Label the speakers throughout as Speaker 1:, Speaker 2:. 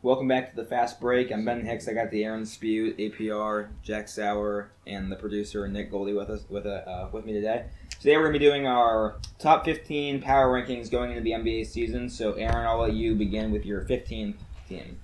Speaker 1: Welcome back to the fast break. I'm Ben Hicks. I got the Aaron Spew, APR, Jack Sauer, and the producer Nick Goldie with us with uh, uh, with me today. Today we're gonna be doing our top 15 power rankings going into the NBA season. So Aaron, I'll let you begin with your 15th team.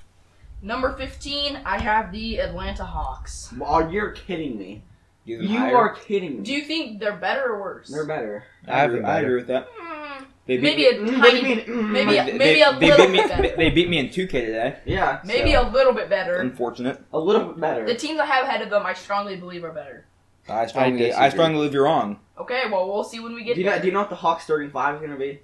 Speaker 2: Number 15, I have the Atlanta Hawks.
Speaker 3: Oh, you're kidding me.
Speaker 1: You,
Speaker 3: You
Speaker 1: higher?
Speaker 3: are kidding me.
Speaker 2: Do you think they're better or worse?
Speaker 3: They're better.
Speaker 1: I agree,
Speaker 4: I'd
Speaker 1: I
Speaker 4: agree
Speaker 1: agree with that.
Speaker 2: Mm,
Speaker 1: They
Speaker 2: maybe
Speaker 1: me-
Speaker 2: a
Speaker 3: Mm, what do you
Speaker 2: tiny,
Speaker 3: mean? mm?
Speaker 2: maybe a-
Speaker 1: they-
Speaker 2: maybe a
Speaker 1: they
Speaker 2: little
Speaker 1: beat me.
Speaker 2: bit better.
Speaker 1: They beat me in 2K today.
Speaker 3: yeah.
Speaker 2: maybe
Speaker 1: so-
Speaker 2: a little bit better.
Speaker 1: Unfortunate.
Speaker 3: little bit
Speaker 2: The
Speaker 3: better.
Speaker 2: teams I have ahead of them, I strongly believe are better.
Speaker 1: I strongly, I,
Speaker 4: disagree.
Speaker 1: strongly believe you're wrong.
Speaker 2: Okay, well we'll see when we
Speaker 3: Do
Speaker 2: get
Speaker 3: you, know,
Speaker 2: there.
Speaker 3: do you know what the Hawks starting five is gonna be?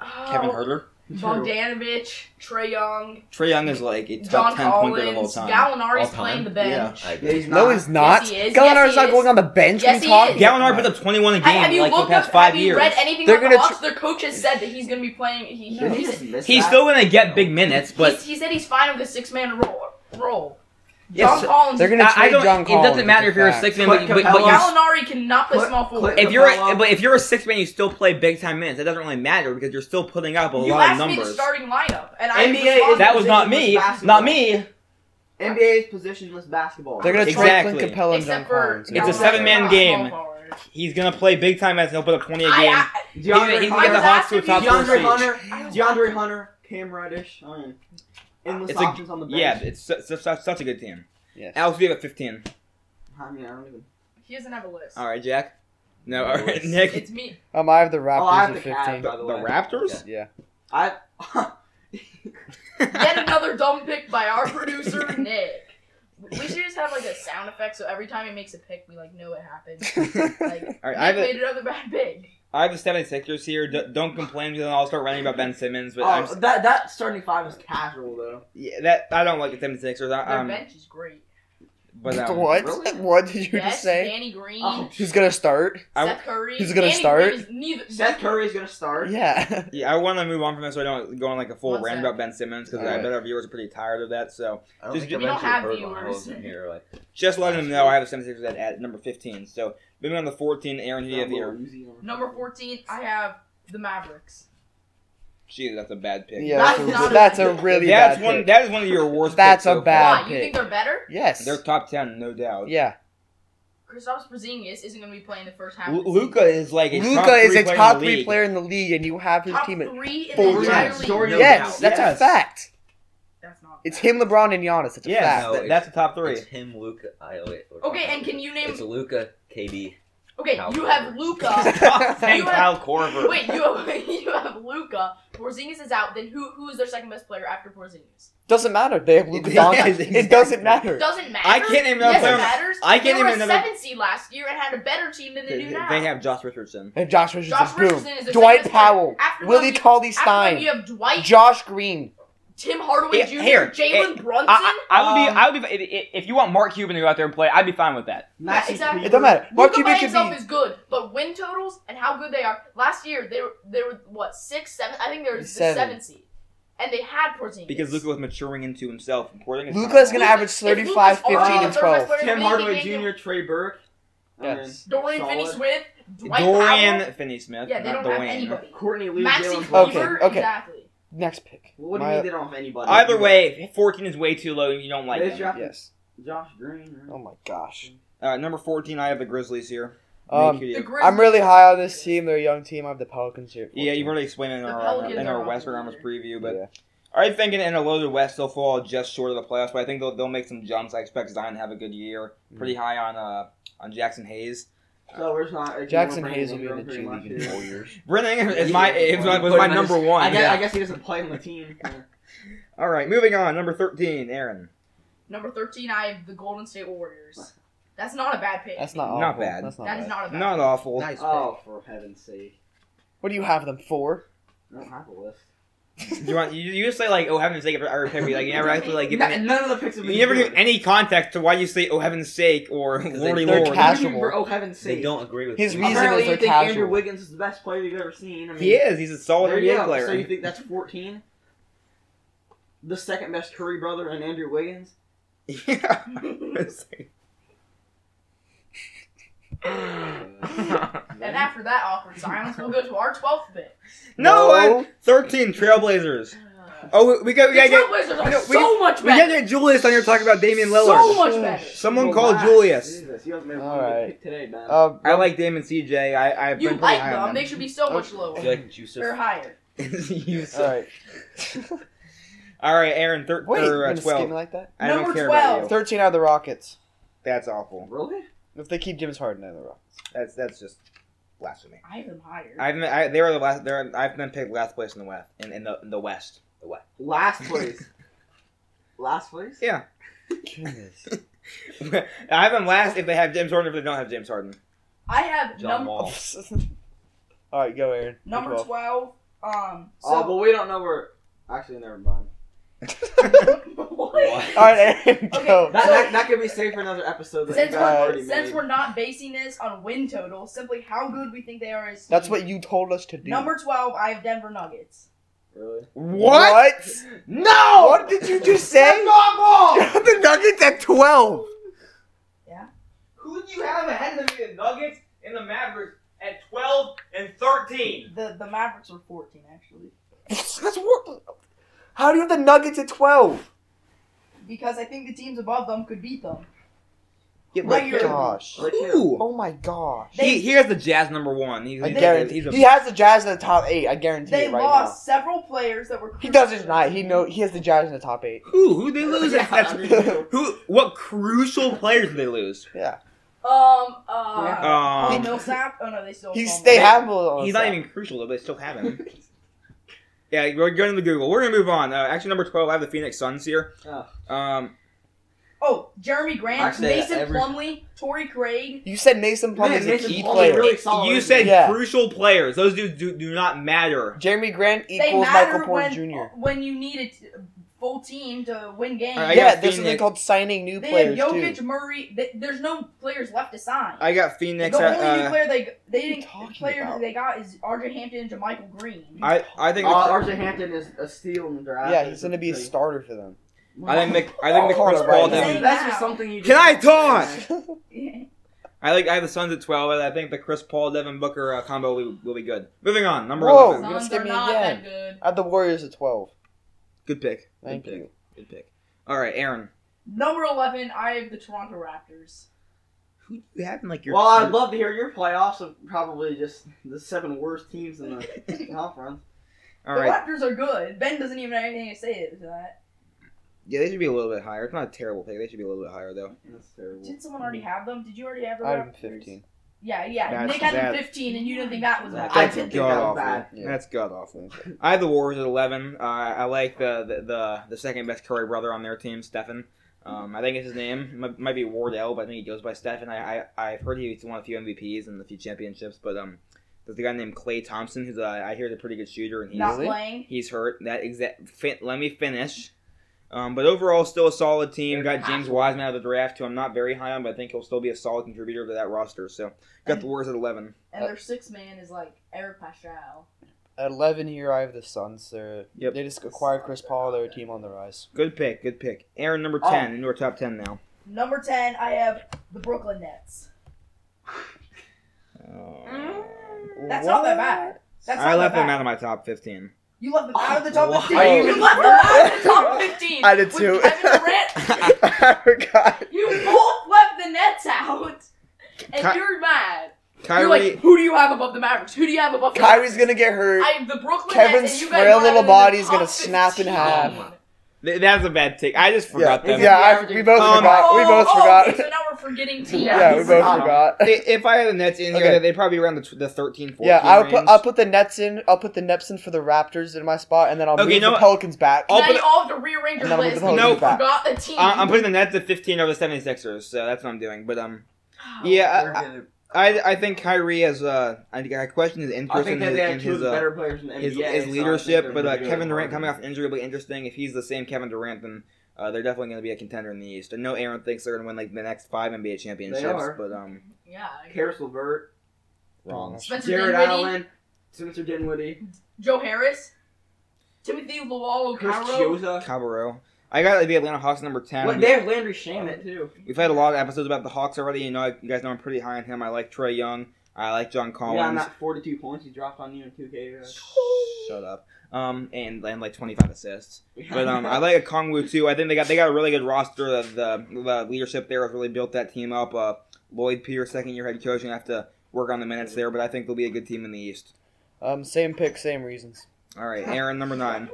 Speaker 2: Oh,
Speaker 1: Kevin Herter,
Speaker 2: Bogdanovich, Trey Young,
Speaker 1: Trey Young is like a top
Speaker 2: John
Speaker 1: 10 point guard of all
Speaker 2: Collins,
Speaker 1: time.
Speaker 2: Gallinari's
Speaker 1: All time?
Speaker 2: playing the
Speaker 1: Yeah,
Speaker 2: bench.
Speaker 4: I
Speaker 3: Yeah,
Speaker 4: agree.
Speaker 3: he's
Speaker 4: No,
Speaker 3: not.
Speaker 4: he's not.
Speaker 2: Yes, he Uh, is.
Speaker 4: Gallinari's
Speaker 2: Yes, he
Speaker 4: not
Speaker 2: is.
Speaker 4: going on the bench.
Speaker 2: Yes,
Speaker 4: we
Speaker 2: he
Speaker 4: talk.
Speaker 2: is.
Speaker 1: Gallinari put up 21 a game
Speaker 2: I- have you
Speaker 1: like the
Speaker 2: looked
Speaker 1: past
Speaker 2: up,
Speaker 1: five
Speaker 2: have
Speaker 1: years.
Speaker 2: you read anything
Speaker 4: They're
Speaker 2: about the
Speaker 4: gonna
Speaker 2: Hawks? Their coach has said that he's going to be playing. He, he,
Speaker 3: Did he
Speaker 2: he's-
Speaker 3: just miss
Speaker 1: He's
Speaker 3: that?
Speaker 1: still gonna get big minutes,
Speaker 2: he's-
Speaker 1: but
Speaker 2: he said he's fine with a six-man role. role.
Speaker 1: Yes,
Speaker 2: John Collins
Speaker 4: they're
Speaker 2: is
Speaker 4: gonna
Speaker 1: I, I
Speaker 4: trade
Speaker 1: don't.
Speaker 4: John
Speaker 1: it
Speaker 4: Collins,
Speaker 1: doesn't matter if you're a
Speaker 4: it's a
Speaker 1: six man, but,
Speaker 3: fact.
Speaker 1: but, but
Speaker 3: Click
Speaker 1: you
Speaker 3: Capella.
Speaker 2: Gallinari cannot play
Speaker 3: Click-
Speaker 2: small forward.
Speaker 3: click.
Speaker 1: if you're a,
Speaker 3: Capella.
Speaker 1: but if you're a six man, you still play big time minutes. It doesn't really matter because you're still putting up a
Speaker 2: You
Speaker 1: lot of
Speaker 2: asked me the
Speaker 1: numbers.
Speaker 2: starting lineup, and I
Speaker 3: NBA is-
Speaker 2: responded.
Speaker 1: That was not
Speaker 3: Position
Speaker 1: me,
Speaker 3: was basketball.
Speaker 1: not me
Speaker 3: NBA is positionless basketball.
Speaker 4: They're going to
Speaker 1: Exactly.
Speaker 4: trade Clint Capella and John
Speaker 2: except for
Speaker 4: Collins.
Speaker 1: It's a
Speaker 2: Gallinari's
Speaker 1: seven-man
Speaker 2: not
Speaker 1: game.
Speaker 2: small forward.
Speaker 1: He's gonna play big time minutes and he'll put up 20 a game.
Speaker 2: I, I,
Speaker 1: he's,
Speaker 3: DeAndre
Speaker 1: he's gonna
Speaker 3: Hunter,
Speaker 1: get the Hawks to a top four
Speaker 3: DeAndre
Speaker 1: seed.
Speaker 3: Hunter,
Speaker 2: I-
Speaker 3: DeAndre Hunter, Cam Reddish. I mean, endless
Speaker 1: It's a-
Speaker 3: options on the bench.
Speaker 1: Yeah, it's su- su- su- such a good team.
Speaker 4: Yes.
Speaker 1: Alex, we have at 15.
Speaker 3: I mean, I don't even.
Speaker 2: he doesn't have a list.
Speaker 1: All right, Jack. No, all right,
Speaker 4: Nice.
Speaker 1: Nick.
Speaker 2: It's me.
Speaker 4: Um, I have the Raptors
Speaker 3: oh, I have
Speaker 4: at
Speaker 3: the
Speaker 4: 15.
Speaker 3: Cavs, by the
Speaker 1: The
Speaker 3: way.
Speaker 1: Raptors.
Speaker 4: yeah.
Speaker 3: I.
Speaker 2: Yet another dumb pick by our producer Nick. We should just have like a sound effect so every time he makes a pick, we like know it happened. Like
Speaker 1: All right, I
Speaker 2: I
Speaker 1: have a,
Speaker 2: made another bad pick.
Speaker 1: I have the 76ers here. D- don't complain because I'll start ranting about Ben Simmons, but I'm,
Speaker 3: oh,
Speaker 1: s-
Speaker 3: that that starting five is casual though.
Speaker 1: yeah, that I don't like the 76ers.
Speaker 2: Their
Speaker 1: I, um,
Speaker 2: bench is great.
Speaker 1: but um,
Speaker 4: what?
Speaker 3: really?
Speaker 4: What did you
Speaker 2: yes,
Speaker 4: just say?
Speaker 2: Danny Green,
Speaker 3: Oh,
Speaker 4: Who's going to start?
Speaker 1: I,
Speaker 2: Seth Curry.
Speaker 4: He's gonna
Speaker 2: Danny
Speaker 4: start?
Speaker 2: Green is neither.
Speaker 3: Seth Curry is gonna start.
Speaker 4: Yeah.
Speaker 1: yeah, I want to move on from this so I don't go on like a full
Speaker 2: One
Speaker 1: rant
Speaker 2: sec.
Speaker 1: about Ben Simmons because I
Speaker 4: Alright.
Speaker 1: bet our viewers are pretty tired of that. So
Speaker 4: I don't
Speaker 1: Just
Speaker 2: We don't have viewers.
Speaker 4: here. Like,
Speaker 1: just letting them know I have the 76ers at, at number 15. So moving on to 14, Aaron, who do you have here?
Speaker 2: Number fourteen, I have the Mavericks.
Speaker 1: Gee, that's a bad pick.
Speaker 4: yeah,
Speaker 2: That's
Speaker 4: that's,
Speaker 2: not
Speaker 4: a,
Speaker 2: a-
Speaker 4: that's a really
Speaker 1: that's
Speaker 4: bad
Speaker 1: one.
Speaker 4: pick.
Speaker 1: That is one of your worst.
Speaker 4: That's
Speaker 1: picks so
Speaker 4: a
Speaker 2: Why?
Speaker 4: bad-
Speaker 2: You
Speaker 4: pick.
Speaker 2: think they're better?
Speaker 4: Yes.
Speaker 1: They're top 10, no doubt.
Speaker 4: yeah.
Speaker 2: Kristaps Porzingis isn't going to be playing the first half. of the
Speaker 1: Luca is like a top
Speaker 4: Luca is
Speaker 1: three
Speaker 4: a
Speaker 1: player in
Speaker 4: top
Speaker 1: the
Speaker 4: three
Speaker 1: league.
Speaker 4: player in the league, and you have
Speaker 2: season.
Speaker 4: his
Speaker 2: top
Speaker 4: team at
Speaker 2: three in the
Speaker 4: full
Speaker 2: entire
Speaker 1: yes.
Speaker 2: league.
Speaker 3: Jordan
Speaker 1: No
Speaker 4: Yes,
Speaker 1: doubt.
Speaker 4: that's
Speaker 1: Yes.
Speaker 4: a fact.
Speaker 2: That's not.
Speaker 4: It's
Speaker 2: bad.
Speaker 4: him, LeBron, and Giannis. It's a
Speaker 1: Yes,
Speaker 4: fact.
Speaker 5: No,
Speaker 1: th- that's the top three.
Speaker 5: It's him, Luca. I wait. we're
Speaker 2: Okay,
Speaker 5: talking
Speaker 2: and can you
Speaker 5: about-
Speaker 2: name?
Speaker 5: It's Luca, KD.
Speaker 2: Okay,
Speaker 5: Kyle
Speaker 2: you
Speaker 5: Korver.
Speaker 2: have Luca.
Speaker 1: top 10
Speaker 2: You have-
Speaker 1: Kyle Korver.
Speaker 2: Wait, you have you have Luca. Porzingis is out. Then who who is their second best player after Porzingis?
Speaker 4: Doesn't matter. They have Luka
Speaker 1: Yeah,
Speaker 4: Doncic.
Speaker 1: exactly.
Speaker 4: It doesn't matter.
Speaker 2: Doesn't matter.
Speaker 1: I can't name another
Speaker 2: yes,
Speaker 1: player.
Speaker 2: it matters.
Speaker 1: I can't
Speaker 2: they were
Speaker 1: name another-
Speaker 2: a seven seed last year and had a better team than they do now.
Speaker 1: They have Josh Richardson.
Speaker 4: They have Josh Richardson.
Speaker 2: Josh
Speaker 4: boom.
Speaker 2: Richardson is their
Speaker 4: Dwight
Speaker 2: second best player.
Speaker 4: Powell.
Speaker 2: After
Speaker 4: Willie
Speaker 2: them,
Speaker 4: Cauley
Speaker 2: After them,
Speaker 4: Stein.
Speaker 2: you have Dwight,
Speaker 4: Josh Green.
Speaker 2: Tim Hardaway
Speaker 1: Yeah,
Speaker 2: Jr.,
Speaker 1: here, eh,
Speaker 2: Jalen Brunson.
Speaker 1: I, I, I
Speaker 2: um,
Speaker 1: would be. I would be. If, if you want Mark Cuban to go out there and play, I'd be fine with that.
Speaker 3: Maxi
Speaker 2: Exactly.
Speaker 4: It doesn't matter. Mark
Speaker 2: Luka by
Speaker 4: Cuban could
Speaker 2: himself
Speaker 4: be
Speaker 2: is good, but win totals and how good they are. Last year they were they were what six, seven? I think they were the
Speaker 4: Seven.
Speaker 2: seventh seed, and they had Porzingis.
Speaker 1: Because Luca was maturing into himself. Porting his-
Speaker 4: Luka's gonna
Speaker 2: Luka-
Speaker 4: average
Speaker 2: if
Speaker 4: 35,
Speaker 2: Luka's already
Speaker 4: 15, and
Speaker 2: their best player in
Speaker 4: 12.
Speaker 2: the
Speaker 3: Tim
Speaker 2: league,
Speaker 3: Hardaway
Speaker 2: they can't
Speaker 3: Jr., Trey Burke. I mean,
Speaker 4: Yes.
Speaker 2: get Dorian
Speaker 3: Solid.
Speaker 2: Finney-Smith, Dwight Powell.
Speaker 1: Dorian Finney-Smith,
Speaker 2: Yeah, they
Speaker 1: not
Speaker 2: don't have
Speaker 1: Dwayne.
Speaker 2: anybody.
Speaker 3: Uh, Courtney Lee,
Speaker 2: Maxi
Speaker 3: Jalen
Speaker 4: Okay,
Speaker 2: Kleber,
Speaker 4: okay.
Speaker 2: exactly.
Speaker 4: Next pick.
Speaker 3: What do you
Speaker 4: My-
Speaker 3: mean they don't have anybody?
Speaker 1: Either way, 14 is way too low, and you don't like
Speaker 3: They
Speaker 1: it.
Speaker 3: drafted
Speaker 4: Yes.
Speaker 3: Josh Green. right?
Speaker 4: Oh my gosh.
Speaker 1: Uh, number 14, I have the Grizzlies here.
Speaker 4: Um,
Speaker 1: Nick, who do you-
Speaker 2: The Grizzlies-
Speaker 4: I'm really high on this team. They're a young team. I have the Pelicans here. at
Speaker 1: yeah, you've
Speaker 4: 14.
Speaker 1: already explained it in
Speaker 2: The
Speaker 1: our,
Speaker 2: Pelicans
Speaker 1: in
Speaker 2: are
Speaker 1: our
Speaker 2: not
Speaker 1: Western
Speaker 2: good
Speaker 1: Armors
Speaker 2: either.
Speaker 1: preview, but
Speaker 4: Yeah.
Speaker 1: I think in, in a loaded West, they'll fall just short of the playoffs, but I think they'll, they'll make some jumps. I expect Zion to have a good year. Pretty high on uh, on Jackson Hayes.
Speaker 3: So we're just not.
Speaker 4: Jackson
Speaker 3: we're
Speaker 4: Hayes will
Speaker 3: bringing
Speaker 4: be
Speaker 3: him
Speaker 4: in the G
Speaker 3: pretty much
Speaker 4: League in
Speaker 3: here.
Speaker 4: four years.
Speaker 1: Brennan Ingram is my, is my, was my number
Speaker 3: I
Speaker 1: one.
Speaker 3: guess, I
Speaker 1: Yeah.
Speaker 3: guess he doesn't play on the team.
Speaker 1: All right, moving on. Number 13, Aaron.
Speaker 2: Number 13, I have the Golden State Warriors. That's not a bad pick.
Speaker 4: That's not
Speaker 1: Not
Speaker 4: awful.
Speaker 1: bad.
Speaker 4: That's not
Speaker 2: That
Speaker 4: bad.
Speaker 2: is not a bad
Speaker 1: Not awful.
Speaker 4: Nice.
Speaker 3: oh, for heaven's sake!
Speaker 4: What do you have them for?
Speaker 3: I don't have a list.
Speaker 1: You want you, you just say like oh heaven's sake after every pick, but, like you never actually like give
Speaker 3: No-
Speaker 1: any,
Speaker 3: none of the picks have been
Speaker 1: you never
Speaker 3: good.
Speaker 1: give any context to why you say oh heaven's sake or
Speaker 5: Because they-
Speaker 1: lordy
Speaker 4: they're
Speaker 1: lord.
Speaker 4: casual.
Speaker 3: Even for oh heaven's sake!
Speaker 5: They don't agree with
Speaker 4: His
Speaker 5: me.
Speaker 4: reason
Speaker 3: Apparently,
Speaker 4: is
Speaker 3: you
Speaker 4: they're
Speaker 3: think Andrew
Speaker 4: casual.
Speaker 3: Wiggins is the best player you've ever seen. I mean,
Speaker 1: He Oh, is. He's a solid
Speaker 3: there you
Speaker 1: NBA
Speaker 3: go.
Speaker 1: player.
Speaker 3: So you think that's fourteen? The second best Curry brother and Andrew Wiggins.
Speaker 4: Uh,
Speaker 2: And after that awkward silence, we'll go to our 12th pick.
Speaker 1: no, I, thirteen Trailblazers. Oh, we got
Speaker 2: The
Speaker 1: we gotta get
Speaker 2: Trailblazers are
Speaker 1: no, we-
Speaker 2: so much
Speaker 1: we gotta
Speaker 2: better.
Speaker 1: get Julius on here to talk about Damian Lillard.
Speaker 2: so much better.
Speaker 1: Someone
Speaker 3: Well,
Speaker 1: call
Speaker 2: wow.
Speaker 1: Julius.
Speaker 3: Jesus, you haven't made
Speaker 4: All
Speaker 3: one good
Speaker 4: right.
Speaker 3: pick today, man.
Speaker 4: Um,
Speaker 1: Uh, I like Damon CJ. I I've
Speaker 2: You
Speaker 1: been pretty
Speaker 2: like
Speaker 1: high on
Speaker 2: them.
Speaker 1: them.
Speaker 2: They should be so much lower.
Speaker 5: Do you like Joseph?
Speaker 2: They're higher.
Speaker 1: You
Speaker 4: all
Speaker 1: suck.
Speaker 4: right.
Speaker 1: All right, Aaron, thir-
Speaker 4: Wait,
Speaker 1: or,
Speaker 4: you're
Speaker 1: uh,
Speaker 4: gonna skip me
Speaker 1: twelve.
Speaker 4: like that?
Speaker 1: I don't
Speaker 2: Number
Speaker 1: care
Speaker 2: 12.
Speaker 1: about you.
Speaker 4: Thirteen out of the Rockets.
Speaker 1: That's awful.
Speaker 3: really?
Speaker 4: If they keep James Harden out of the Rockets,
Speaker 1: That's that's just blasphemy.
Speaker 2: I have them higher.
Speaker 1: I've been, I, they were the last. They're, I've been picked last place in the West. In, in the in the West. The West.
Speaker 3: Last place. Last place?
Speaker 1: Yeah. I have them last if they have James Harden. If they don't have James Harden,
Speaker 2: I have
Speaker 5: John
Speaker 2: number
Speaker 5: Wall.
Speaker 4: all right, go Aaron. You're
Speaker 2: number
Speaker 4: 12.
Speaker 2: twelve. Um.
Speaker 3: oh,
Speaker 2: So
Speaker 3: but we don't know where. Actually, never mind.
Speaker 2: what?
Speaker 4: All right, Aaron,
Speaker 2: Okay.
Speaker 4: go.
Speaker 3: That, that, that could be saved for another episode. That
Speaker 2: Since
Speaker 3: you guys
Speaker 2: we're,
Speaker 3: already
Speaker 2: since
Speaker 3: made.
Speaker 2: we're not basing this on win total, simply how good we think they are is
Speaker 4: That's what you told us to do.
Speaker 2: number twelve. I have Denver Nuggets.
Speaker 3: Really?
Speaker 1: what?
Speaker 4: No. What did you just say?
Speaker 3: Knock off!
Speaker 4: the Nuggets at twelve.
Speaker 1: Who do you have ahead of me? The Nuggets and the Mavericks at twelve and thirteen.
Speaker 2: The the Mavericks were fourteen actually,
Speaker 4: That's what. How do you have the Nuggets at twelve?
Speaker 2: because I think the teams above them could beat them.
Speaker 1: Get
Speaker 2: Like
Speaker 1: right
Speaker 2: your-
Speaker 4: Gosh.
Speaker 3: Like him.
Speaker 1: Ooh.
Speaker 4: Oh my gosh.
Speaker 1: He, he has the Jazz number one. He's,
Speaker 4: I
Speaker 1: he's a-
Speaker 4: guarantee
Speaker 1: he's a-
Speaker 4: he has the Jazz in the top eight. I guarantee
Speaker 2: They
Speaker 4: it right now.
Speaker 2: lost several players that were.
Speaker 4: He doesn't not. He know he has the Jazz in the top eight.
Speaker 1: who? Who they lose?
Speaker 3: Yeah,
Speaker 1: That's-
Speaker 3: I mean,
Speaker 4: that's-
Speaker 1: who? What crucial players did they lose?
Speaker 2: Um. Uh.
Speaker 3: Yeah.
Speaker 2: Paul
Speaker 1: Um,
Speaker 2: Millsap. Oh no, they still. have
Speaker 4: He's
Speaker 2: Paul
Speaker 4: they
Speaker 2: Millsap.
Speaker 4: have
Speaker 1: he's not even crucial though. They still have him. yeah, we're going to Google. We're gonna move on. Uh, actually, number twelve, I have the Phoenix Suns here.
Speaker 3: Oh.
Speaker 1: Um,
Speaker 2: Oh, Jeremy Grant,
Speaker 3: Actually,
Speaker 2: Mason
Speaker 3: every-
Speaker 2: Plumley, Torrey Craig.
Speaker 4: You said Mason Plumlee's
Speaker 3: Man,
Speaker 4: a
Speaker 3: Mason
Speaker 4: key
Speaker 3: Plumlee
Speaker 4: player.
Speaker 3: really solid.
Speaker 1: you said
Speaker 4: Yeah.
Speaker 1: crucial players. Those dudes do, do not matter.
Speaker 4: Jeremy Grant
Speaker 2: They
Speaker 4: equals
Speaker 2: matter
Speaker 4: Michael Porter
Speaker 2: when
Speaker 4: Jr.
Speaker 2: when you need a t- full team to win games.
Speaker 1: I
Speaker 4: yeah,
Speaker 1: got
Speaker 4: there's something
Speaker 1: Phoenix.
Speaker 4: called signing new
Speaker 2: They
Speaker 4: players
Speaker 2: have Jokic,
Speaker 4: too.
Speaker 2: Murray. They, there's no players left to sign.
Speaker 1: I got Phoenix.
Speaker 2: the
Speaker 1: At,
Speaker 2: only new
Speaker 1: uh,
Speaker 2: player they they
Speaker 4: are you
Speaker 2: didn't
Speaker 4: talking
Speaker 2: player
Speaker 4: about?
Speaker 2: they got is RJ Hampton and Jermichael Green.
Speaker 1: I I think
Speaker 3: Uh, Arjun Hampton is a steal in the draft.
Speaker 4: Yeah, he's gonna be a starter for them.
Speaker 1: I think Mc, I think the
Speaker 4: Call it
Speaker 1: Chris
Speaker 4: right
Speaker 1: Paul.
Speaker 4: now.
Speaker 1: thing-
Speaker 3: That's just something you.
Speaker 1: Can I
Speaker 3: just-
Speaker 1: talk?
Speaker 4: Oh,
Speaker 2: Yeah.
Speaker 1: I like I have the Suns at twelve, and I think the Chris Paul Devin Booker uh, combo will, will be good. Moving on, number
Speaker 4: Whoa.
Speaker 1: eleven.
Speaker 4: gonna
Speaker 2: Suns
Speaker 4: skip
Speaker 2: are
Speaker 4: me
Speaker 2: not
Speaker 4: again.
Speaker 2: that good.
Speaker 4: At the Warriors at twelve.
Speaker 1: Good pick.
Speaker 4: Thank
Speaker 1: good
Speaker 4: you.
Speaker 1: Pick. Good pick. All right, Aaron.
Speaker 2: Number eleven, I have the Toronto Raptors.
Speaker 1: Who do you have in like your?
Speaker 3: Well, I'd love to hear your playoffs of probably just the seven worst teams in the conference.
Speaker 1: All
Speaker 2: the
Speaker 1: right.
Speaker 2: Raptors are good. Ben doesn't even have anything to say to that.
Speaker 1: Yeah, they should be a little bit higher. It's not a terrible pick. They should be a little bit higher though.
Speaker 3: That's terrible.
Speaker 2: Did someone already have them? Did you already have the
Speaker 4: I'm
Speaker 2: Raptors?
Speaker 4: fifteen.
Speaker 2: Yeah, yeah.
Speaker 1: That's
Speaker 2: Nick had
Speaker 1: bad.
Speaker 2: them fifteen, and you didn't think that was bad.
Speaker 3: I
Speaker 1: That's
Speaker 3: didn't think that
Speaker 1: god
Speaker 3: was
Speaker 1: awful.
Speaker 3: bad.
Speaker 4: Yeah.
Speaker 1: That's god awful. I have the Warriors at eleven. Uh, I like the, the the the second best Curry brother on their team, Stefan. Um, I think it's his name. It might, might be Wardell, but I think he goes by Stefan. I, I I've heard he's won a few MVPs and a few championships, but um, there's a guy named Clay Thompson who's uh, I hear is a pretty good shooter and he's
Speaker 2: Not
Speaker 4: Really?
Speaker 2: playing.
Speaker 1: He's hurt. That exact. Fin- let me finish. Um, but overall, still a solid team. Got James Wiseman out of the draft, who I'm not very high on, but I think he'll still be a solid contributor to that roster. So got the Warriors at eleven.
Speaker 4: Uh,
Speaker 2: And their sixth man is like Eric Paschal.
Speaker 4: At eleven here I have the Suns. They're
Speaker 1: Yep.
Speaker 4: they just acquired Chris Paul, they're a team on the rise.
Speaker 1: Good pick. Good pick. Aaron number
Speaker 3: Oh.
Speaker 1: ten into our top ten now.
Speaker 2: Number ten, I have the Brooklyn Nets.
Speaker 3: Mm.
Speaker 2: That's not that bad. That's not
Speaker 1: I left
Speaker 2: that
Speaker 1: them
Speaker 2: bad.
Speaker 1: out of my top fifteen.
Speaker 2: You left them out of the top
Speaker 1: Why?
Speaker 2: 15. You left them out of the top 15.
Speaker 4: I did
Speaker 2: with
Speaker 4: too.
Speaker 2: Kevin Durant.
Speaker 4: I forgot.
Speaker 2: You both left the Nets out, and
Speaker 1: Ky-
Speaker 2: you're mad.
Speaker 1: Kyrie.
Speaker 2: You're like, who do you have above the Mavericks? Who do you have above the
Speaker 4: Kyrie's
Speaker 2: Mavericks?
Speaker 4: gonna get hurt.
Speaker 2: I have the Brooklyn
Speaker 4: Kevin's
Speaker 2: Nets, and you guys
Speaker 4: frail
Speaker 2: are
Speaker 4: little
Speaker 2: in the
Speaker 4: body's
Speaker 2: top
Speaker 4: gonna snap in
Speaker 2: 15.
Speaker 4: half.
Speaker 1: Th- that was a bad take. I just forgot
Speaker 4: yeah,
Speaker 1: them.
Speaker 4: yeah I, we both
Speaker 1: Um,
Speaker 4: forgot. We both
Speaker 2: oh,
Speaker 4: forgot.
Speaker 2: Okay, so now we're forgetting teams.
Speaker 4: yeah, we
Speaker 3: Yes.
Speaker 4: both
Speaker 3: Um,
Speaker 4: forgot.
Speaker 1: They- if I had the Nets in here,
Speaker 4: Okay.
Speaker 1: they'd probably be around the, t- the 13, 14
Speaker 4: Yeah, I would put
Speaker 1: range.
Speaker 4: I'll put the Nets in. I'll put the Nets in for the Raptors in my spot, and then I'll
Speaker 1: Okay, you
Speaker 4: move
Speaker 1: know
Speaker 4: the
Speaker 1: what?
Speaker 4: Pelicans back.
Speaker 1: I'll
Speaker 2: now
Speaker 1: put-
Speaker 2: you all have to rearrange
Speaker 4: And
Speaker 2: your
Speaker 4: I'll put
Speaker 2: list.
Speaker 4: the
Speaker 2: because
Speaker 1: Pelicans
Speaker 2: you
Speaker 1: back.
Speaker 2: forgot the team.
Speaker 1: I- I'm putting the Nets at 15 over the 76ers, so that's what I'm doing. But um,
Speaker 3: Oh,
Speaker 1: yeah, I- I I think Kyrie has uh I, I question his
Speaker 3: I
Speaker 1: interest
Speaker 3: think
Speaker 1: in
Speaker 3: that
Speaker 1: his
Speaker 3: they had
Speaker 1: in
Speaker 3: two of
Speaker 1: his,
Speaker 3: the
Speaker 1: uh,
Speaker 3: better players in the NBA.
Speaker 1: his,
Speaker 3: so I
Speaker 1: his
Speaker 3: think
Speaker 1: leadership,
Speaker 3: they're
Speaker 1: but uh,
Speaker 3: really good
Speaker 1: Kevin Durant coming
Speaker 3: partners.
Speaker 1: off injury will be interesting. If he's the same Kevin Durant, then uh, they're definitely going to be a contender in the East. I know Aaron thinks they're going to win like the next five NBA championships,
Speaker 3: are.
Speaker 1: but um,
Speaker 2: Yeah. I guess.
Speaker 3: Karis LeVert,
Speaker 1: wrong.
Speaker 2: Spencer
Speaker 3: Jared
Speaker 2: Dinwiddie,
Speaker 3: Allen, Spencer Dinwiddie,
Speaker 2: Joe Harris, Timothy Lawalo,
Speaker 3: Chris
Speaker 2: Cairo.
Speaker 3: Chioza.
Speaker 1: Cabarro. I got the Atlanta Hawks number ten.
Speaker 3: What,
Speaker 1: We-
Speaker 3: they have Landry Shamet too.
Speaker 1: We've had a lot of episodes about the Hawks already. You know, you guys know I'm pretty high on him. I like Trey Young. I like John
Speaker 3: Yeah,
Speaker 1: Collins.
Speaker 3: not 42 points he dropped on you in 2K. uh,
Speaker 1: Shut up. um, and and like 25 assists. But um, I like a Kongwu too. I think they got they got a really good roster. The, the, the leadership there has really built that team up. Uh, Lloyd Pierce, second year head coach, and have to work on the minutes there. But I think they'll be a good team in the East.
Speaker 4: Um, same pick, same reasons.
Speaker 1: All right, Aaron, number nine.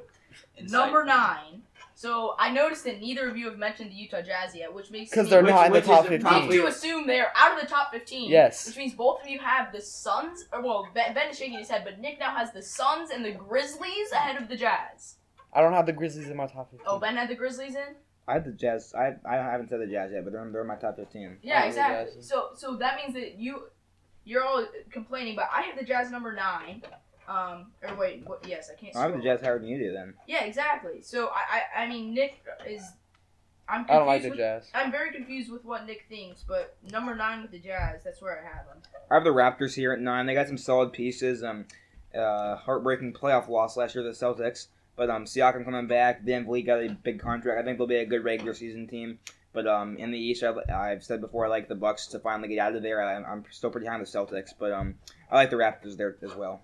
Speaker 2: Number nine. So I noticed that neither of you have mentioned the Utah Jazz yet, which makes
Speaker 4: Because
Speaker 2: me
Speaker 4: they're
Speaker 3: Which-
Speaker 4: not in the
Speaker 3: which is
Speaker 4: top
Speaker 3: the
Speaker 4: fifteen.
Speaker 3: top
Speaker 2: Leads to assume they're out of the top 15.
Speaker 4: Yes.
Speaker 2: Which means both of you have the Suns, or well, Ben, ben is shaking his head, but Nick now has the Suns and the Grizzlies ahead of the Jazz.
Speaker 4: I don't have the Grizzlies in my top fifteen.
Speaker 2: Oh, Ben had the Grizzlies in?
Speaker 1: I have the Jazz. I I haven't said the Jazz yet, but they're in, they're in my top 15.
Speaker 4: I
Speaker 2: Yeah,
Speaker 4: have the
Speaker 2: exactly.
Speaker 4: Jazz.
Speaker 2: So so that means that you, you're all complaining, but I have the Jazz number nine. Um, or wait, what, yes, I can't.
Speaker 1: I have the
Speaker 2: scroll.
Speaker 1: Jazz higher than you do then.
Speaker 2: Yeah, exactly. So I, I, I mean, Nick is. I'm confused
Speaker 4: I don't like the
Speaker 2: with-
Speaker 4: Jazz.
Speaker 2: I'm very confused with what Nick thinks, but number nine with the Jazz, that's where I have him.
Speaker 1: I have the Raptors here at nine. They got some solid pieces. Um, uh, heartbreaking playoff loss last year to the Celtics, but um, Siakam coming back. Van Vliet got a big contract. I think they'll be a good regular season team. But um, in the East, I've, I've said before, I like the Bucks to finally get out of there. I'm, I'm still pretty high on the Celtics, but um, I like the Raptors there as well.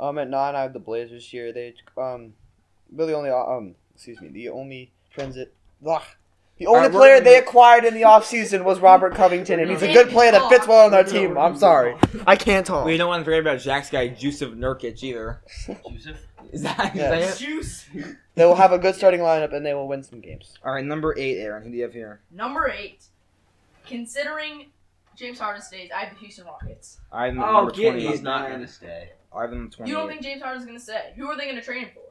Speaker 4: Um, at nine, I have the Blazers here. They um, really only um, excuse me, the only transit. Ugh. The only
Speaker 1: Alright, we're
Speaker 4: player
Speaker 1: gonna-
Speaker 4: they acquired in the offseason was Robert Covington, and he's a good player that fits well on their team. I'm sorry. I can't talk.
Speaker 1: don't want to forget about Jack's guy, Jusive Nurkic, either.
Speaker 5: Joseph.
Speaker 1: Is that,
Speaker 4: is that Yes.
Speaker 2: Juice.
Speaker 4: They will have a good starting lineup, and they will win some games.
Speaker 1: All right, number eight, Aaron. Who do you have here?
Speaker 2: Number eight, considering James Harden stays, I have the Houston Rockets.
Speaker 1: I have him
Speaker 3: Oh,
Speaker 1: number
Speaker 3: get
Speaker 1: twenty.
Speaker 3: these
Speaker 5: He's not
Speaker 3: nine.
Speaker 5: gonna stay.
Speaker 1: I have him twenty.
Speaker 2: You don't think James Harden's going to stay? Who are they going to trade him for?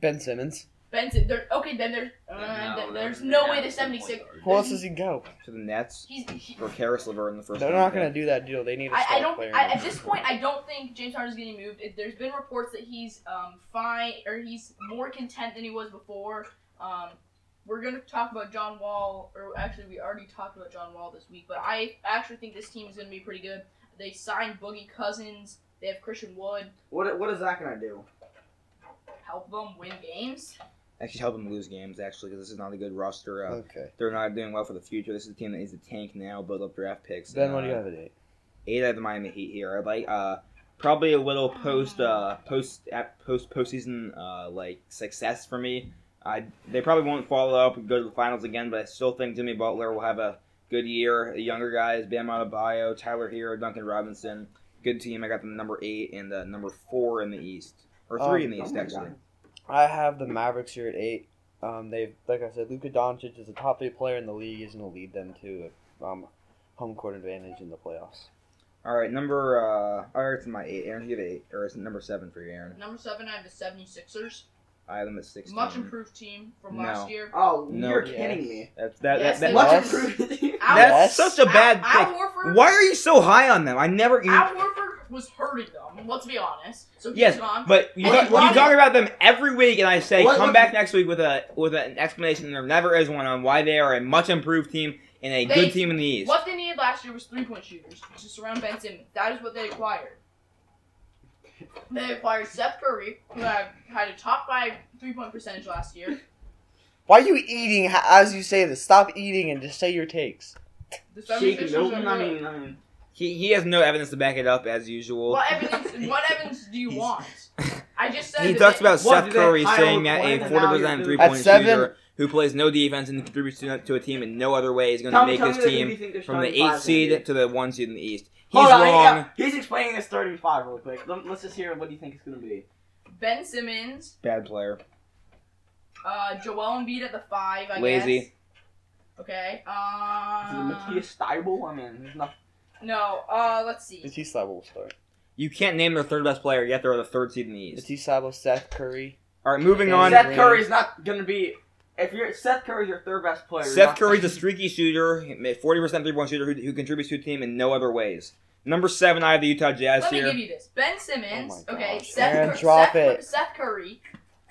Speaker 4: Ben Simmons.
Speaker 2: Benson. They're, okay, then there's uh, there- there's no way the 76.
Speaker 4: Who else does he go?
Speaker 1: to the Nets
Speaker 2: He's, he-
Speaker 1: for Karis LeVert in the first?
Speaker 4: They're
Speaker 1: round
Speaker 4: not
Speaker 1: pick.
Speaker 4: going to do that deal. They need a
Speaker 2: I, I
Speaker 4: star
Speaker 2: don't.
Speaker 4: player.
Speaker 2: I, at this point, I don't think James Harden's getting moved. It, there's been reports that he's um, fine or he's more content than he was before. Um, we're gonna talk about John Wall, or actually, we already talked about John Wall this week. But I actually think this team is gonna be pretty good. They signed Boogie Cousins. They have Christian Wood.
Speaker 3: What what is that gonna do?
Speaker 2: Help them win games.
Speaker 1: actually help them lose games actually because this is not a good roster. Uh,
Speaker 4: okay.
Speaker 1: they're not doing well for the future. This is a team that needs to tank now, build up draft picks.
Speaker 4: Then
Speaker 1: and,
Speaker 4: what do you
Speaker 1: uh,
Speaker 4: have at eight?
Speaker 1: Eight out of the Miami Heat here. I like uh, probably a little post uh, post at post postseason uh, like success for me. I they probably won't follow up and go to the finals again, but I still think Jimmy Butler will have a good year. The younger guys, Bam Adebayo, Tyler Hero, Duncan Robinson, good team. I got them number eight and uh, number four in the East or three
Speaker 4: Um,
Speaker 1: in the
Speaker 3: oh
Speaker 1: East
Speaker 3: my
Speaker 1: actually.
Speaker 4: I have the Mavericks here at eight. Um, they've, like I said, Luka Doncic is a top three player in the league. He's going to lead them to um, home court advantage in the playoffs.
Speaker 1: All right, number uh, or it's my eight. Aaron, you have eight, or it's number seven for you, Aaron.
Speaker 2: Number seven, I have the 76ers.
Speaker 1: I have them at sixteen.
Speaker 2: Much improved team from
Speaker 1: No.
Speaker 2: last year.
Speaker 3: Oh,
Speaker 1: No.
Speaker 3: you're
Speaker 4: Yes.
Speaker 3: kidding me.
Speaker 1: That's that.
Speaker 2: Yes,
Speaker 1: that,
Speaker 2: they
Speaker 1: that
Speaker 2: are.
Speaker 3: Much
Speaker 4: Yes.
Speaker 3: improved.
Speaker 1: that's
Speaker 4: Yes.
Speaker 1: such a bad
Speaker 2: Al,
Speaker 1: pick.
Speaker 2: Al Horford.
Speaker 1: Why are you so high on them? I never. You,
Speaker 2: Al Horford was hurting them. Let's be honest. So he's
Speaker 1: Yes,
Speaker 2: gone.
Speaker 1: but you,
Speaker 2: What-
Speaker 1: talk,
Speaker 2: why-
Speaker 1: you talk about them every week, and I say
Speaker 3: What-
Speaker 1: come
Speaker 3: what-
Speaker 1: back next week with a with an explanation. and There never is one on why they are a much improved team and a
Speaker 2: They-
Speaker 1: good team in the East.
Speaker 2: What they needed last year was three point shooters to surround Ben Simmons. That is what they acquired. They acquired Steph Curry, who had had a top five three point percentage last year.
Speaker 4: Why are you eating h- as you say this? Stop eating and just say your takes.
Speaker 2: The
Speaker 3: Shaking
Speaker 2: 76ers
Speaker 3: Milton.
Speaker 2: are
Speaker 3: I
Speaker 2: good.
Speaker 3: mean, I mean,
Speaker 1: He, he has no evidence to back it up as usual.
Speaker 2: what evidence? What evidence do you
Speaker 1: He's-
Speaker 2: want? I just said
Speaker 1: He
Speaker 2: that
Speaker 1: talks
Speaker 2: they-
Speaker 1: about
Speaker 3: What
Speaker 1: Seth
Speaker 3: do they
Speaker 1: Curry
Speaker 3: hire
Speaker 1: saying that a
Speaker 3: Glenn?
Speaker 1: forty
Speaker 3: Now
Speaker 1: percent
Speaker 3: you're
Speaker 1: three
Speaker 4: doing-
Speaker 1: point
Speaker 4: At seven-
Speaker 1: shooter who plays no defense and contributes to, to a team in no other way is going to
Speaker 3: tell me-
Speaker 1: make
Speaker 3: tell
Speaker 1: this
Speaker 3: me that you
Speaker 1: team
Speaker 3: think they're
Speaker 1: from the
Speaker 3: starting
Speaker 1: eighth
Speaker 3: five's
Speaker 1: seed
Speaker 3: gonna be.
Speaker 1: to the one seed in the East. He's
Speaker 3: Hold on,
Speaker 1: wrong.
Speaker 3: yeah, he's explaining his starting five real quick. Let- Let's just hear what do you think it's gonna be.
Speaker 2: Ben Simmons,
Speaker 1: Bad player.
Speaker 2: uh, Joel Embiid at the five. I
Speaker 1: Lazy.
Speaker 2: guess. Okay.
Speaker 3: Is it
Speaker 2: Um.
Speaker 3: Matthias Steibel? I mean, there's nothing.
Speaker 2: No. Uh. Let's see.
Speaker 4: Matisse Thibault will start.
Speaker 1: You can't name their third best player yet. They're the third seed in the East.
Speaker 4: Matisse Thibault, Seth Curry.
Speaker 1: All right, moving on.
Speaker 3: Seth
Speaker 4: Green.
Speaker 3: Curry's not gonna be. If you're Seth Curry's your third best player. you're
Speaker 1: Seth
Speaker 3: not-
Speaker 1: Curry's a streaky shooter, forty percent three point shooter who, who contributes to a team in no other ways. Number seven, I have the Utah Jazz
Speaker 2: Let me
Speaker 1: here.
Speaker 2: give you this. Ben Simmons.
Speaker 4: Oh my
Speaker 2: okay.
Speaker 4: gosh.
Speaker 2: Seth,
Speaker 4: Aaron,
Speaker 2: Cur-
Speaker 4: drop
Speaker 2: Seth,
Speaker 4: it.
Speaker 2: Seth Curry.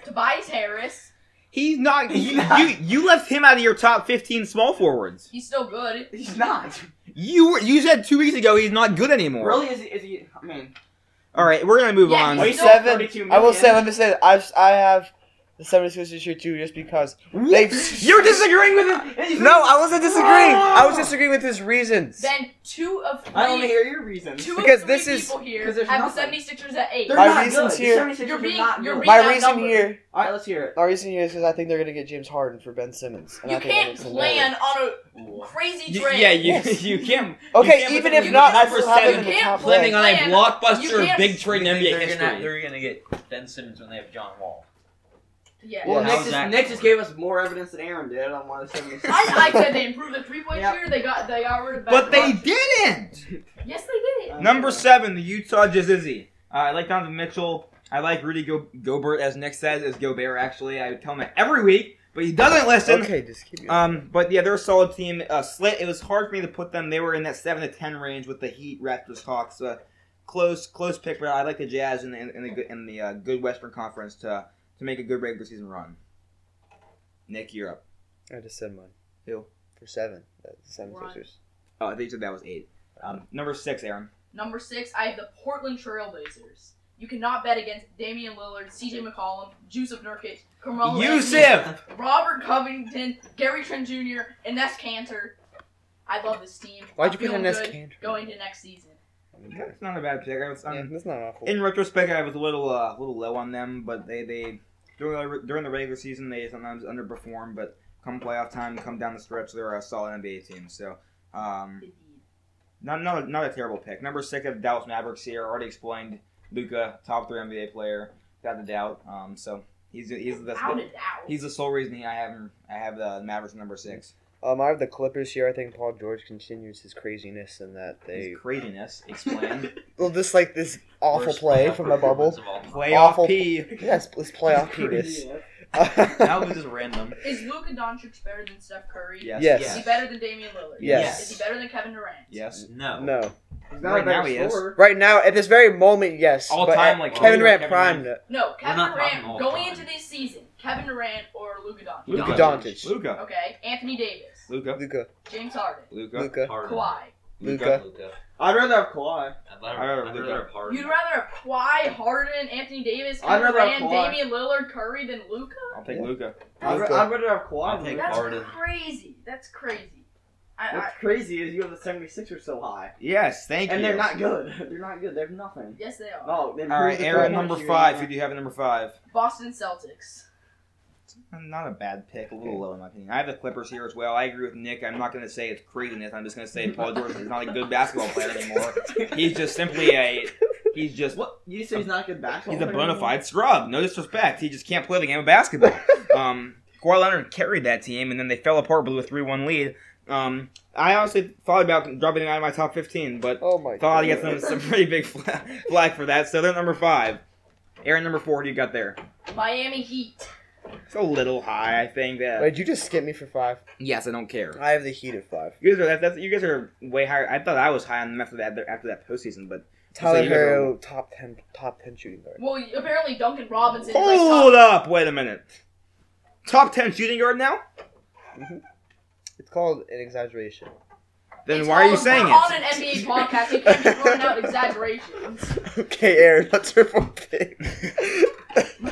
Speaker 2: Tobias Harris.
Speaker 1: He's not.
Speaker 3: He's
Speaker 1: you-
Speaker 3: not.
Speaker 1: You you left him out of your top fifteen small forwards.
Speaker 2: He's still good.
Speaker 3: He's not.
Speaker 1: You were, you said two weeks ago he's not good anymore.
Speaker 3: Really? Is he? Is he I mean,
Speaker 1: All right, we're gonna move
Speaker 2: Yeah,
Speaker 1: on.
Speaker 2: he's
Speaker 4: Wait,
Speaker 2: still
Speaker 4: seven.
Speaker 3: 32
Speaker 4: I will
Speaker 3: million.
Speaker 4: say, let me say, I I have the 76ers this year too, just because
Speaker 1: What? You're disagreeing with him. and you-
Speaker 4: No, I wasn't disagreeing. I was disagreeing with his reasons.
Speaker 2: Then two of three,
Speaker 3: Oh! I want to hear your reasons.
Speaker 2: two
Speaker 4: Because
Speaker 2: of three
Speaker 4: this is-
Speaker 2: people here
Speaker 3: because there's
Speaker 2: have
Speaker 3: nothing.
Speaker 2: the 76ers at eight.
Speaker 3: They're
Speaker 4: My
Speaker 3: not good.
Speaker 4: reasons
Speaker 3: The
Speaker 4: here-
Speaker 3: 76ers
Speaker 2: You're
Speaker 3: are
Speaker 2: being-
Speaker 3: not
Speaker 2: you're
Speaker 3: good.
Speaker 2: being-
Speaker 4: My
Speaker 2: that
Speaker 4: reason
Speaker 2: number.
Speaker 4: here,
Speaker 3: All right, let's hear it.
Speaker 4: my reason here is because I think they're gonna get James Harden for Ben Simmons. and
Speaker 2: you
Speaker 4: I think that
Speaker 2: can't
Speaker 4: makes them
Speaker 2: plan on a crazy
Speaker 1: You-
Speaker 2: trade.
Speaker 1: yeah, you
Speaker 4: Yes.
Speaker 1: you can't.
Speaker 4: better. Okay,
Speaker 1: you can't
Speaker 4: even
Speaker 1: put-
Speaker 4: if
Speaker 1: you
Speaker 4: not,
Speaker 1: can't
Speaker 4: I
Speaker 1: put
Speaker 4: still have them in
Speaker 1: seven-
Speaker 4: the
Speaker 2: You can't
Speaker 4: top
Speaker 2: plan
Speaker 1: planning
Speaker 4: leg.
Speaker 1: on a
Speaker 2: Plan. You
Speaker 1: blockbuster
Speaker 2: can't-
Speaker 1: big trade in NBA
Speaker 5: they're Gonna,
Speaker 1: history.
Speaker 5: they're gonna get Ben Simmons when they have John Wall.
Speaker 2: Yeah.
Speaker 3: Well,
Speaker 4: Yeah,
Speaker 3: Nick,
Speaker 5: how's
Speaker 3: just,
Speaker 5: that
Speaker 3: Nick
Speaker 5: going?
Speaker 3: just gave us more evidence than Aaron did on why the 76ers.
Speaker 2: I, I said they improved the three point
Speaker 3: Yep.
Speaker 2: shooter. They got they got rid of.
Speaker 1: But they
Speaker 2: Ben
Speaker 1: didn't.
Speaker 2: Wallace. Yes, they
Speaker 4: Um,
Speaker 2: did.
Speaker 1: Number seven, the Utah Jazz. Uh, I like Donovan Mitchell. I like Rudy Go- Gobert, as Nick says, as Gobert actually. I would tell him that every week, but he doesn't listen.
Speaker 4: Okay, just keep it.
Speaker 1: Um, but yeah, they're a solid team. Uh, Slit. It was hard for me to put them. They were in that seven to ten range with the Heat, Raptors, Hawks. Uh, close, close pick. But I like the Jazz in the in the good, in the uh, good Western Conference to to make a good regular season run. Nick, you're up.
Speaker 4: I just said mine.
Speaker 1: Who?
Speaker 4: For seven. That's the
Speaker 2: Right.
Speaker 4: 76ers.
Speaker 1: Oh, I think you said that was eight. Um, number six, Aaron.
Speaker 2: Number six, I have the Portland Trailblazers. You cannot bet against Damian Lillard, C.J. McCollum, Yusuf Nurkic, Carmelo, Anthony,
Speaker 1: Yusuf.
Speaker 2: Robert Covington, Gary Trent Jr., and Ness Cantor. I love this team.
Speaker 4: Why'd
Speaker 2: I'm
Speaker 4: you put in
Speaker 2: feeling
Speaker 4: this
Speaker 2: good
Speaker 4: canter?
Speaker 2: Going to next season.
Speaker 4: Okay.
Speaker 1: That's not a bad pick. I was,
Speaker 4: Yeah,
Speaker 1: um,
Speaker 4: that's not awful.
Speaker 1: in retrospect, I was a little uh, little low on them, but they they during the, during the regular season they sometimes underperform, but come playoff time, come down the stretch, they're a solid NBA team. So. Um,
Speaker 2: Indeed.
Speaker 1: Not, not, a, not a terrible pick. Number six of Dallas Mavericks here. Already explained. Luca, top three NBA player, without a doubt. Um, so he's he's the
Speaker 2: Out and out.
Speaker 1: he's the sole reason he, I have him. I have the Mavericks number six.
Speaker 4: Um, I have the Clippers here. I think Paul George continues his craziness and that they
Speaker 1: His craziness explained.
Speaker 4: well, this like this awful
Speaker 5: Worst
Speaker 4: play
Speaker 5: playoff
Speaker 4: from the bubble.
Speaker 5: performance of all time.
Speaker 1: Playoff
Speaker 4: Awful.
Speaker 1: P.
Speaker 4: Yes, this playoff penis.
Speaker 3: Yeah.
Speaker 1: That was just random.
Speaker 2: Is Luka Doncic better than Steph Curry?
Speaker 1: Yes.
Speaker 4: Yes.
Speaker 2: Is he better than Damian Lillard?
Speaker 4: Yes.
Speaker 2: Is he better than Kevin Durant?
Speaker 1: Yes.
Speaker 5: No.
Speaker 4: no,
Speaker 3: He's not
Speaker 1: Right
Speaker 3: a better
Speaker 1: now he is.
Speaker 3: scorer.
Speaker 4: right now at this very moment, yes.
Speaker 1: All
Speaker 4: but
Speaker 1: time,
Speaker 4: at-
Speaker 1: like,
Speaker 4: Kevin
Speaker 1: Kobe or
Speaker 4: Durant
Speaker 1: Kevin
Speaker 4: prime.
Speaker 2: No, Kevin
Speaker 5: not
Speaker 2: Durant
Speaker 5: talking all
Speaker 2: going
Speaker 5: time.
Speaker 2: into this season, Kevin Durant or Luka Doncic?
Speaker 4: Luka Doncic.
Speaker 1: Luca.
Speaker 2: Okay. Anthony Davis.
Speaker 1: Luca.
Speaker 4: Luca,
Speaker 2: James Harden.
Speaker 1: Luca.
Speaker 4: Luca.
Speaker 5: Harden.
Speaker 2: Kawhi.
Speaker 4: Luka.
Speaker 5: Luka.
Speaker 3: I'd rather have Kawhi.
Speaker 5: I'd rather,
Speaker 1: I'd
Speaker 5: I'd
Speaker 1: rather
Speaker 5: rather,
Speaker 1: Luka.
Speaker 5: have Harden.
Speaker 2: You'd rather have Kawhi, Harden, Anthony Davis,
Speaker 3: I'd
Speaker 2: Kevin
Speaker 3: rather have
Speaker 2: Durant,
Speaker 3: Kawhi.
Speaker 2: Damian Lillard, Curry than Luca?
Speaker 1: I'll take
Speaker 4: Yeah.
Speaker 1: Luca.
Speaker 3: I'd,
Speaker 4: Luka.
Speaker 3: ra- I'd rather have Kawhi.
Speaker 5: I'll
Speaker 3: than
Speaker 5: take
Speaker 3: Luka.
Speaker 2: That's
Speaker 5: Harden.
Speaker 2: crazy. That's crazy. I, I,
Speaker 3: What's crazy is you have the 76ers so high.
Speaker 1: Yes. Thank
Speaker 3: And
Speaker 1: you.
Speaker 3: they're not good. They're not good. They have nothing.
Speaker 2: yes, they are.
Speaker 3: No, they
Speaker 1: All right,
Speaker 3: improved the
Speaker 1: Aaron,
Speaker 3: three-point
Speaker 1: number
Speaker 3: shooting.
Speaker 1: five. Who do you have at number five?
Speaker 2: Boston Celtics.
Speaker 1: Not a bad pick, a little low in my opinion. I have the Clippers here as well. I agree with Nick. I'm not going to say it's craziness. I'm just going to say Paul George is not a good basketball player anymore. He's just simply a he's just
Speaker 3: What? You say he's not a good basketball
Speaker 1: he's a
Speaker 3: player
Speaker 1: bona
Speaker 3: anymore?
Speaker 1: fide scrub. No disrespect. He just can't play the game of basketball. Um, Kawhi Leonard carried that team, and then they fell apart with a three-one lead. Um, I honestly thought about dropping him out of my top fifteen, but
Speaker 4: Oh my
Speaker 1: thought
Speaker 4: god.
Speaker 1: I got some, some pretty big fla- flag for that. So they're number five. Aaron, number four. What do you got there?
Speaker 2: Miami Heat.
Speaker 1: It's a little high, I think. That
Speaker 4: Wait, you just skip me for five.
Speaker 1: yes, I don't care.
Speaker 4: I have the Heat at five.
Speaker 1: You guys are that, that's, you guys are way higher. I thought I was high on them after that after that postseason, but you
Speaker 4: Tyler
Speaker 1: guys are-
Speaker 4: Hero, top ten, top ten shooting guard.
Speaker 2: Well, apparently Duncan Robinson is like
Speaker 1: hold
Speaker 2: top.
Speaker 1: up, wait a minute. Top ten shooting guard now?
Speaker 4: It's called an exaggeration.
Speaker 1: Then
Speaker 2: It's
Speaker 1: why are you
Speaker 2: all-
Speaker 1: saying
Speaker 2: we're on
Speaker 1: it?
Speaker 2: an NBA podcast. You can't be throwing out exaggerations.
Speaker 4: okay, Aaron, that's your fourth pick.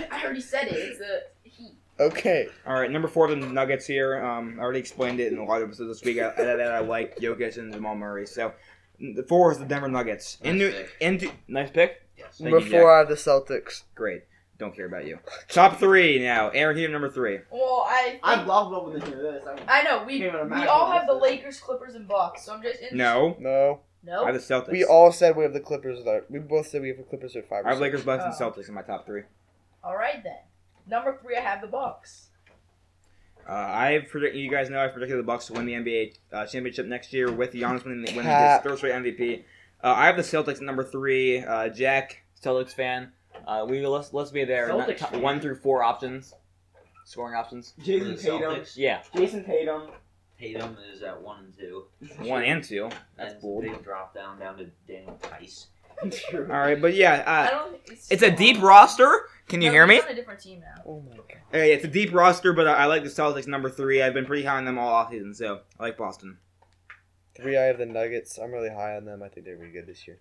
Speaker 2: I already said it. It's the Heat.
Speaker 4: okay.
Speaker 1: All right, number four, the Nuggets here. Um, I already explained it in a lot of episodes this week. I, I, I like Jokic and Jamal Murray. So the four is the Denver Nuggets. In
Speaker 5: Nice
Speaker 1: New,
Speaker 5: pick.
Speaker 1: into nice pick.
Speaker 5: Yes.
Speaker 1: Thank you,
Speaker 4: Number four, I have the Celtics.
Speaker 1: Great. Don't care about you. Top three now. Aaron here, number three.
Speaker 2: Well, I.
Speaker 3: I'd
Speaker 2: Think,
Speaker 3: love to listen to this. I mean,
Speaker 2: I know we
Speaker 3: Can't
Speaker 2: we
Speaker 3: even imagine
Speaker 2: all have the
Speaker 3: this.
Speaker 2: Lakers, Clippers, and Bucks. So I'm just in
Speaker 1: No,
Speaker 4: No,
Speaker 1: I
Speaker 2: No.
Speaker 1: have the Celtics.
Speaker 4: we all said we have the Clippers. At our, we both said we have the Clippers at five.
Speaker 1: I
Speaker 4: Or
Speaker 1: have
Speaker 4: six.
Speaker 1: Lakers, Bucks, and
Speaker 2: Oh.
Speaker 1: Celtics in my top three.
Speaker 2: All right then. Number three, I have the Bucks.
Speaker 1: Uh, I predict you guys know I predicted the Bucks to win the NBA uh, championship next year with Giannis winning, winning his
Speaker 4: Cap.
Speaker 1: third straight MVP. Uh, I have the Celtics at number three. Uh, Jack, Celtics fan. Uh, we let's let's be there. Not-
Speaker 3: Celtics fan.
Speaker 1: one through four options, scoring options.
Speaker 5: For
Speaker 3: Jason
Speaker 5: the
Speaker 3: Tatum.
Speaker 5: Celtics,
Speaker 1: Yeah,
Speaker 3: Jason Tatum.
Speaker 5: Tatum is at one and two.
Speaker 1: one and two. That's
Speaker 5: and
Speaker 1: bold.
Speaker 5: They drop down down to Daniel Tice.
Speaker 1: All right, but yeah,
Speaker 2: I
Speaker 1: uh,
Speaker 2: don't. think
Speaker 1: it's a deep
Speaker 2: No,
Speaker 1: roster. Can you hear me?
Speaker 2: he's On a different team now.
Speaker 4: Oh my god.
Speaker 1: Uh, yeah, it's a deep roster, but I, I like the Celtics number three. I've been pretty high on them all offseason, so I like Boston.
Speaker 4: Three, I have the Nuggets. I'm really high on them. I think they're gonna be good this year.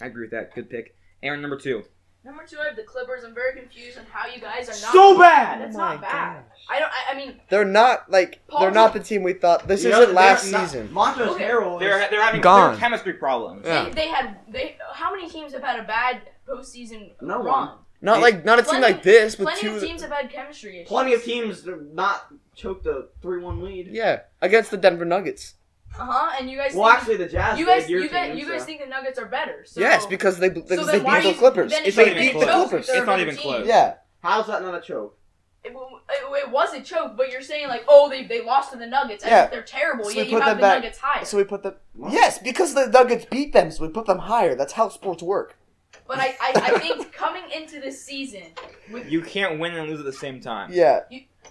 Speaker 1: I agree with that. Good pick. Aaron number two.
Speaker 2: Number two, I have the Clippers. I'm very confused on how you guys are not.
Speaker 3: So bad! Oh
Speaker 2: That's not bad. I don't. I, I mean,
Speaker 4: Oh They're not like
Speaker 2: Paul-
Speaker 4: they're not the team we thought. This
Speaker 3: You know,
Speaker 4: isn't last
Speaker 3: they're not-
Speaker 4: season.
Speaker 3: Montrezl
Speaker 2: Okay.
Speaker 3: Harrell is-
Speaker 1: They're, they're having
Speaker 4: Gone.
Speaker 1: clear chemistry problems.
Speaker 4: Yeah.
Speaker 2: they, they had. They how many teams have had a bad postseason
Speaker 3: No
Speaker 2: run?
Speaker 3: one.
Speaker 4: Not like not a team
Speaker 2: Plenty-
Speaker 4: like this, but
Speaker 2: Plenty
Speaker 4: two.
Speaker 2: of teams have had chemistry issues.
Speaker 3: Plenty of teams have not choked a three-one lead.
Speaker 4: Yeah, against the Denver Nuggets.
Speaker 2: Uh huh. And you guys.
Speaker 3: Well,
Speaker 2: think-
Speaker 3: actually, the Jazz.
Speaker 2: you
Speaker 3: did,
Speaker 2: guys,
Speaker 3: your
Speaker 2: you guys,
Speaker 3: team,
Speaker 2: you guys
Speaker 3: so.
Speaker 2: think the Nuggets are better? So,
Speaker 4: yes, because they because
Speaker 2: so
Speaker 4: they
Speaker 2: then why
Speaker 4: beat the
Speaker 2: is-
Speaker 4: Clippers.
Speaker 2: then Oh,
Speaker 4: It's
Speaker 1: not
Speaker 4: they
Speaker 1: even
Speaker 4: beat the
Speaker 1: close.
Speaker 4: Clippers.
Speaker 1: It's not even close.
Speaker 4: Yeah,
Speaker 3: How's that not a choke?
Speaker 2: It, it, it was a choke, but you're saying like, oh, they, they lost to the Nuggets. I
Speaker 4: Yeah.
Speaker 2: think they're terrible.
Speaker 4: So we
Speaker 2: yet you
Speaker 4: put
Speaker 2: have
Speaker 4: them
Speaker 2: the
Speaker 4: back.
Speaker 2: Nuggets higher.
Speaker 4: so we put the
Speaker 3: What?
Speaker 4: yes because the Nuggets beat them, so we put them higher. That's how sports work.
Speaker 2: but I, I, I think coming into this season, with
Speaker 1: You can't win and lose at the same time.
Speaker 4: Yeah,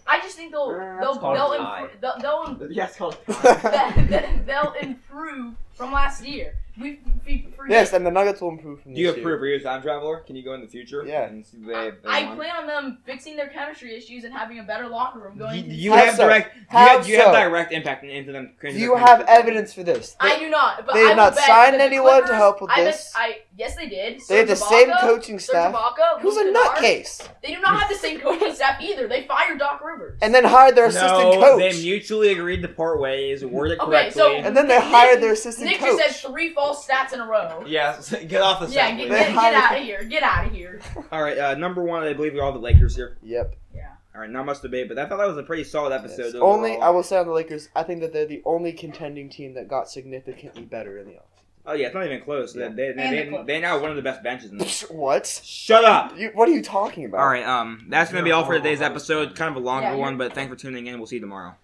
Speaker 2: I just think they'll
Speaker 3: Uh,
Speaker 2: they'll
Speaker 3: it's
Speaker 5: called
Speaker 2: they'll,
Speaker 5: a
Speaker 2: improve, they'll they'll im-
Speaker 3: Yeah, it's called.
Speaker 2: that- they'll improve from last year. We, we forget-
Speaker 4: yes, and the Nuggets will improve from
Speaker 1: Do you
Speaker 4: this year.
Speaker 1: approve? Are you a time traveler? Can you go in the future?
Speaker 4: Yeah.
Speaker 1: And see if they,
Speaker 2: I,
Speaker 1: they
Speaker 2: I
Speaker 1: won?
Speaker 2: plan on them fixing their chemistry issues and having a better locker room going.
Speaker 1: You,
Speaker 2: into
Speaker 1: you
Speaker 4: How
Speaker 1: have
Speaker 4: so?
Speaker 1: direct. You
Speaker 4: How
Speaker 1: have, you have
Speaker 4: so?
Speaker 1: direct impact into them.
Speaker 4: Do you have evidence for this?
Speaker 2: I do not. But
Speaker 4: they
Speaker 2: I
Speaker 4: have
Speaker 2: will
Speaker 4: not
Speaker 2: bet
Speaker 4: signed
Speaker 2: that the
Speaker 4: anyone to
Speaker 2: Clippers-
Speaker 4: help with
Speaker 2: I bet-
Speaker 4: this.
Speaker 2: I yes, they did.
Speaker 4: They have the
Speaker 2: Serge
Speaker 4: same
Speaker 2: Ibaka-
Speaker 4: coaching
Speaker 2: Serge
Speaker 4: staff.
Speaker 2: Ibaka,
Speaker 4: Who's a
Speaker 2: Luke Kennard.
Speaker 4: nutcase?
Speaker 2: They do not have the same coaching staff either. They fired Doc Rivers.
Speaker 4: And then hired their assistant
Speaker 1: no,
Speaker 4: coach.
Speaker 1: they mutually agreed to part ways. Word it
Speaker 2: Okay,
Speaker 1: correctly.
Speaker 2: so-
Speaker 4: and then they hired their assistant
Speaker 2: Nick
Speaker 4: coach.
Speaker 2: just has three false stats in a row.
Speaker 1: yeah, get off the
Speaker 2: Yeah,
Speaker 1: set,
Speaker 2: get,
Speaker 1: please.
Speaker 2: get,
Speaker 4: They
Speaker 2: get
Speaker 4: hired-
Speaker 2: out of here. Get out of here.
Speaker 1: All right, uh, number one, I believe we all have the Lakers here.
Speaker 4: yep.
Speaker 1: All right, not much debate, but I thought that was a pretty solid episode.
Speaker 4: Yes.
Speaker 1: overall.
Speaker 4: Only I will say on the Lakers, I think that they're the only contending team that got significantly better in the
Speaker 1: oh yeah, it's not even close.
Speaker 4: Yeah.
Speaker 1: They, they,
Speaker 2: And the
Speaker 1: they,
Speaker 2: Clippers.
Speaker 1: they now have one of the best benches in the
Speaker 4: offseason. what?
Speaker 1: Shut up.
Speaker 4: You, what are you talking about?
Speaker 1: All right, um, that's gonna be all for today's episode. Kind of a longer
Speaker 2: Yeah,
Speaker 1: one, but thanks for tuning in. We'll see you tomorrow.